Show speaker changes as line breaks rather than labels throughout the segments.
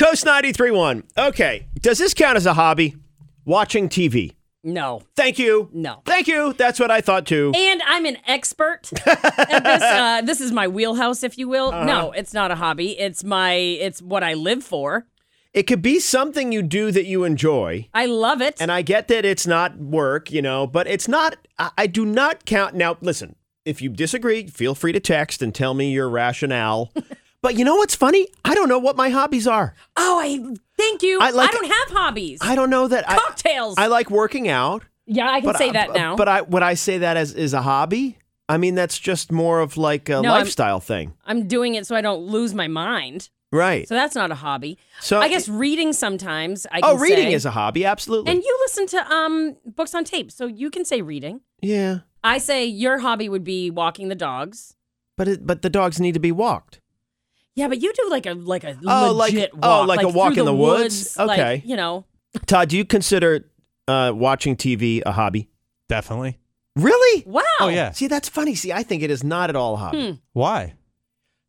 Most 93.1. Okay. Does this count as a hobby? Watching TV.
No.
Thank you.
No.
Thank you. That's what I thought too.
And I'm an expert. at this, uh, this is my wheelhouse, if you will.
Uh-huh.
No, it's not a hobby. It's my. It's what I live for.
It could be something you do that you enjoy.
I love it.
And I get that it's not work, you know, but it's not, I, I do not count. Now, listen, if you disagree, feel free to text and tell me your rationale. but you know what's funny? I don't know what my hobbies are.
oh, I thank you.
I
I,
like-
don't have hobbies.
I don't know that I-
Cocktails.
I, like working out.
yeah, I can say
I-
that
but-
now.
But I would I say that as is a hobby? I mean, that's just more of like a
No, I'm-
lifestyle thing,
I'm doing it so I don't lose my mind.
right?
So that's not a hobby.
So-
I guess reading sometimes. I
oh,
can
reading
say.
is a hobby, absolutely.
And you listen to um books on tape, so you can say reading.
yeah,
I say your hobby would be walking the dogs.
but it, but the dogs need to be walked.
Yeah, but you do like a like a
Oh, like-
legit
oh,
walk.
like a
through
walk in the woods?
like,
Okay.
you know,
Todd, do you consider uh, watching TV a hobby?
Definitely.
Really?
wow.
Oh, yeah.
See, that's funny. See, I think it is not at all a hobby.
Why?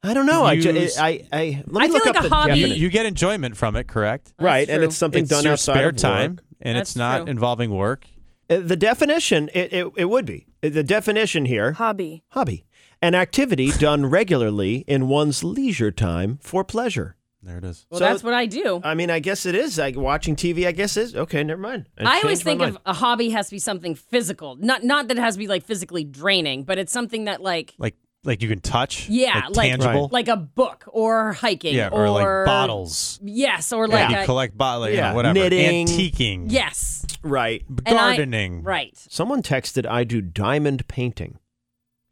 I don't know. I, ju-
Use-
I, I, let me
Hmm. I feel
look
like
up
a
the
hobby-
You,
definition.
you get enjoyment from it, correct?
That's
right, and
true.
it's something
it's
done
your
outside
spare
of work.
time, and
That's
it's not
true.
involving work.
Uh, The definition, it, it, it would be Uh, the definition here:
Hobby.
hobby, an activity done regularly in one's leisure time for pleasure.
There it is.
Well,
So-
that's what I do.
I mean, I guess it is like watching TV. I guess is okay. Never mind.
I always think of a hobby has to be something physical. Not not that it has to be like physically draining, but it's something that like
Like, like you can touch.
yeah,
like,
like
tangible.
like a book or hiking
yeah, or,
or,
like bottles.
Yes, or
Like
like
you
a,
collect bottles, you
Yeah.
know, whatever.
Knitting.
Antiquing.
yes,
right.
And I-
Gardening.
right.
Someone texted, "I do diamond painting."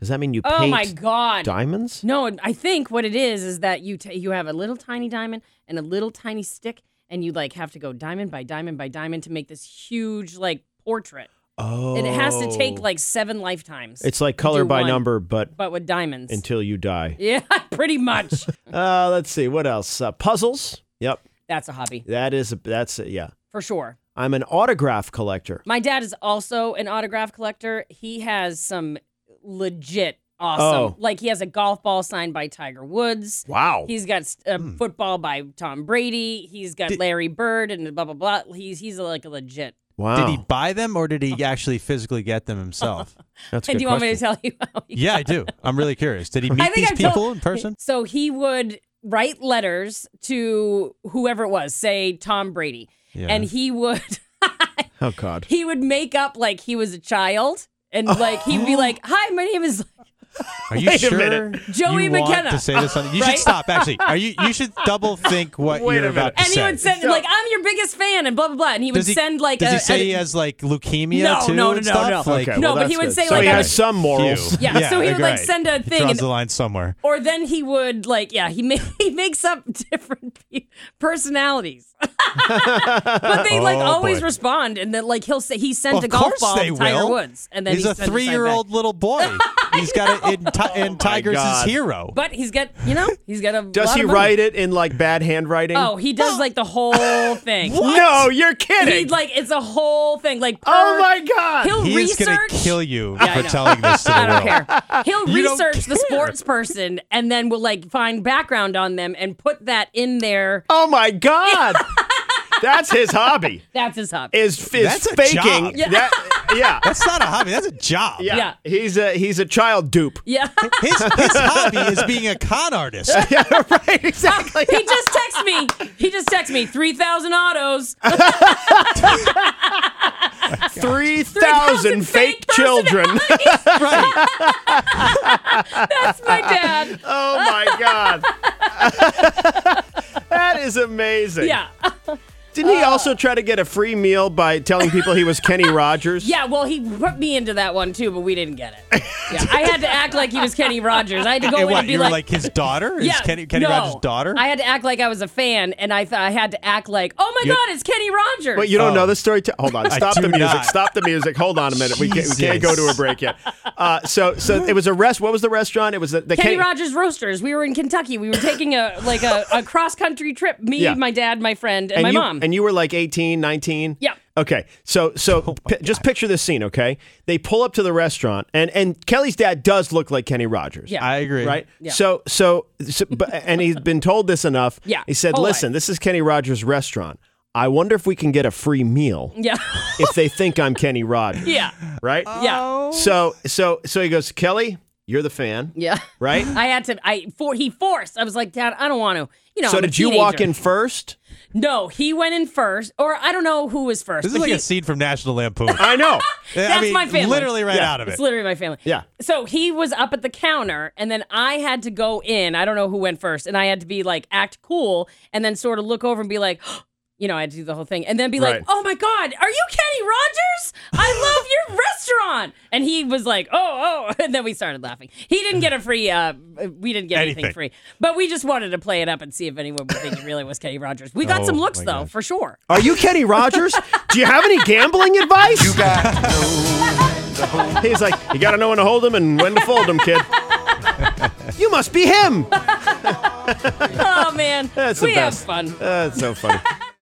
Does that mean you
Oh
paint
my god.
diamonds?
No, and I think what it is is that you ta you have a little tiny diamond and a little tiny stick, and you like have to go diamond by diamond by diamond to make this huge like portrait.
Oh,
And it has to take like seven lifetimes.
It's like
to
color
do
by
one,
number, but
but with diamonds.
until you die.
yeah, pretty much.
Uh, let's see what else. Uh, puzzles. Yep,
That's a hobby
that is. A, that's a, yeah.
for sure.
I'm an autograph collector.
My dad is also an autograph collector. He has some legit awesome,
Oh.
like he has a golf ball signed by Tiger Woods.
Wow.
He's got a
Hmm.
football by Tom Brady. He's got Larry Bird and blah blah blah. He's he's like a legit.
wow.
Did he buy them or did he actually physically get them himself?
that's a good
and do you want me to
question.
tell you? How he
yeah, I do. I'm really curious. Did he meet
think
these
I've
people
told-
in person?
So he would write letters to whoever it was, say Tom Brady,
Yeah.
and he would
oh God.
he would make up like he was a child and
Oh.
like he'd be like, "Hi, my name is
Are you
Wait a
sure?
minute.
Joey
you Want
McKenna.
to say this on, you
Right?
should stop. Actually, are you? You should double think what
Wait a
you're about
minute.
and
to say.
he would send like I'm your biggest fan and blah blah blah, and he would
does he
send like
Does
a,
he say
a-
he has like leukemia
No,
too?
no, no,
and
no,
stuff?
no.
Like,
Okay,
no,
well,
but he
that's
would
good.
say,
so
like,
he
I'm-
has some morals.
Phew.
Yeah, so he would, like,
right.
send a
He
thing
Draws
and-
the line somewhere.
or then he would like yeah he ma- he makes up different pe- personalities, but they like
Oh,
always
boy.
respond, and then like he'll say he sent
of
a golf
course
ball
they
to Tiger
will.
Woods, and then
he's
he
a
sent it
three-year-old
back.
little boy. he's got a, in, ti- in Tiger's his
Oh God.
hero.
But he's got you know he's got a
Does
lot
he
of money.
write it in like bad handwriting?
Oh, he does like the whole thing.
no, you're kidding.
He like it's a whole thing. Like per,
oh my God.
he'll
He is
research.
gonna kill you
Yeah, I
for
know.
telling this to the
I don't
world.
care. He'll
You don't
research the
care.
sports person and then will like find background on them and put that in there.
Oh my God. That's his hobby.
That's his hobby.
Is is
That's a
faking
job.
yeah. that? Yeah.
That's not a hobby. That's a job.
yeah,
Yeah.
He's a he's a child dupe.
yeah.
His, his hobby is being a con artist.
yeah, right. Exactly.
he just texts me. He just texts me 3,000 autos.
Three thousand
3,000
fake
fake
children.
right.
That's my dad.
oh my God. that is amazing.
Yeah. Oh.
Didn't he also try to get a free meal by telling people he was Kenny Rogers?
Yeah, well, he put me into that one too, but we didn't get it. Yeah, I had to act like he was Kenny Rogers. I had to go
And
in
what,
and be
you were
like,
like his daughter?
yeah,
is Kenny, Kenny
no.
Rogers' daughter?
I had to act like I was a fan, and I thought I had to act like, oh my
You-
god, it's Kenny Rogers.
But you don't
Oh.
know the story. T- Hold on. Stop
do
the music.
not.
Stop the music. Hold on a minute. We can't, we can't go
Jesus.
to a break yet. Uh, so, so it was a rest. What was the restaurant? It was the, the Kenny-
Kenny Rogers Roasters. We were in Kentucky. We were taking a like a, a cross country trip. Me,
Yeah.
my dad, my friend, and,
and
my
you,
mom.
And you were like 18, 19.
Yeah.
Okay, so so
Oh,
pi- just picture this scene. Okay, they pull up to the restaurant, and and Kelly's dad does look like Kenny Rogers.
Yeah.
I agree.
Right.
Yeah.
So, so, so but, and he's been told this enough.
Yeah,
He said,
whole life.
"Listen, this is Kenny Rogers' restaurant. I wonder if we can get a free meal
Yeah.
if they think I'm Kenny Rogers."
yeah.
Right.
Yeah.
So, so, so he goes, "Kelly, you're the fan,
Yeah.
right?"
I had to. I for he forced. I was like, Dad, I don't want to. You know.
so
I'm a
did you walk
teenager."
in first?
No, he went in first, or I don't know who was first.
This is
but
like
he-
a scene from National Lampoon.
I know.
That's
That's my family.
Literally right
Yeah.
out of it.
It's literally my family.
Yeah.
So he was up at the counter, and then I had to go in. I don't know who went first, and I had to be like act cool, and then sort of look over and be like, you know, I had to do the whole thing, and then be like,
Right.
oh my god, are you Kenny Rogers? I love your restaurant. And he was like, oh oh, and then we started laughing. He didn't get a free. Uh, we didn't get anything,
Anything.
free, but we just wanted to play it up and see if anyone would think it really was Kenny Rogers. We got
Oh,
some looks
my
though,
gosh.
for sure.
Are you Kenny Rogers? Do you have any gambling advice?
You got no. The whole
He's like, you got to know when to hold him and when to fold him, kid. you must be him. Uh,
Oh man,
That's the
Oh, we
best.
have fun.
That's so funny.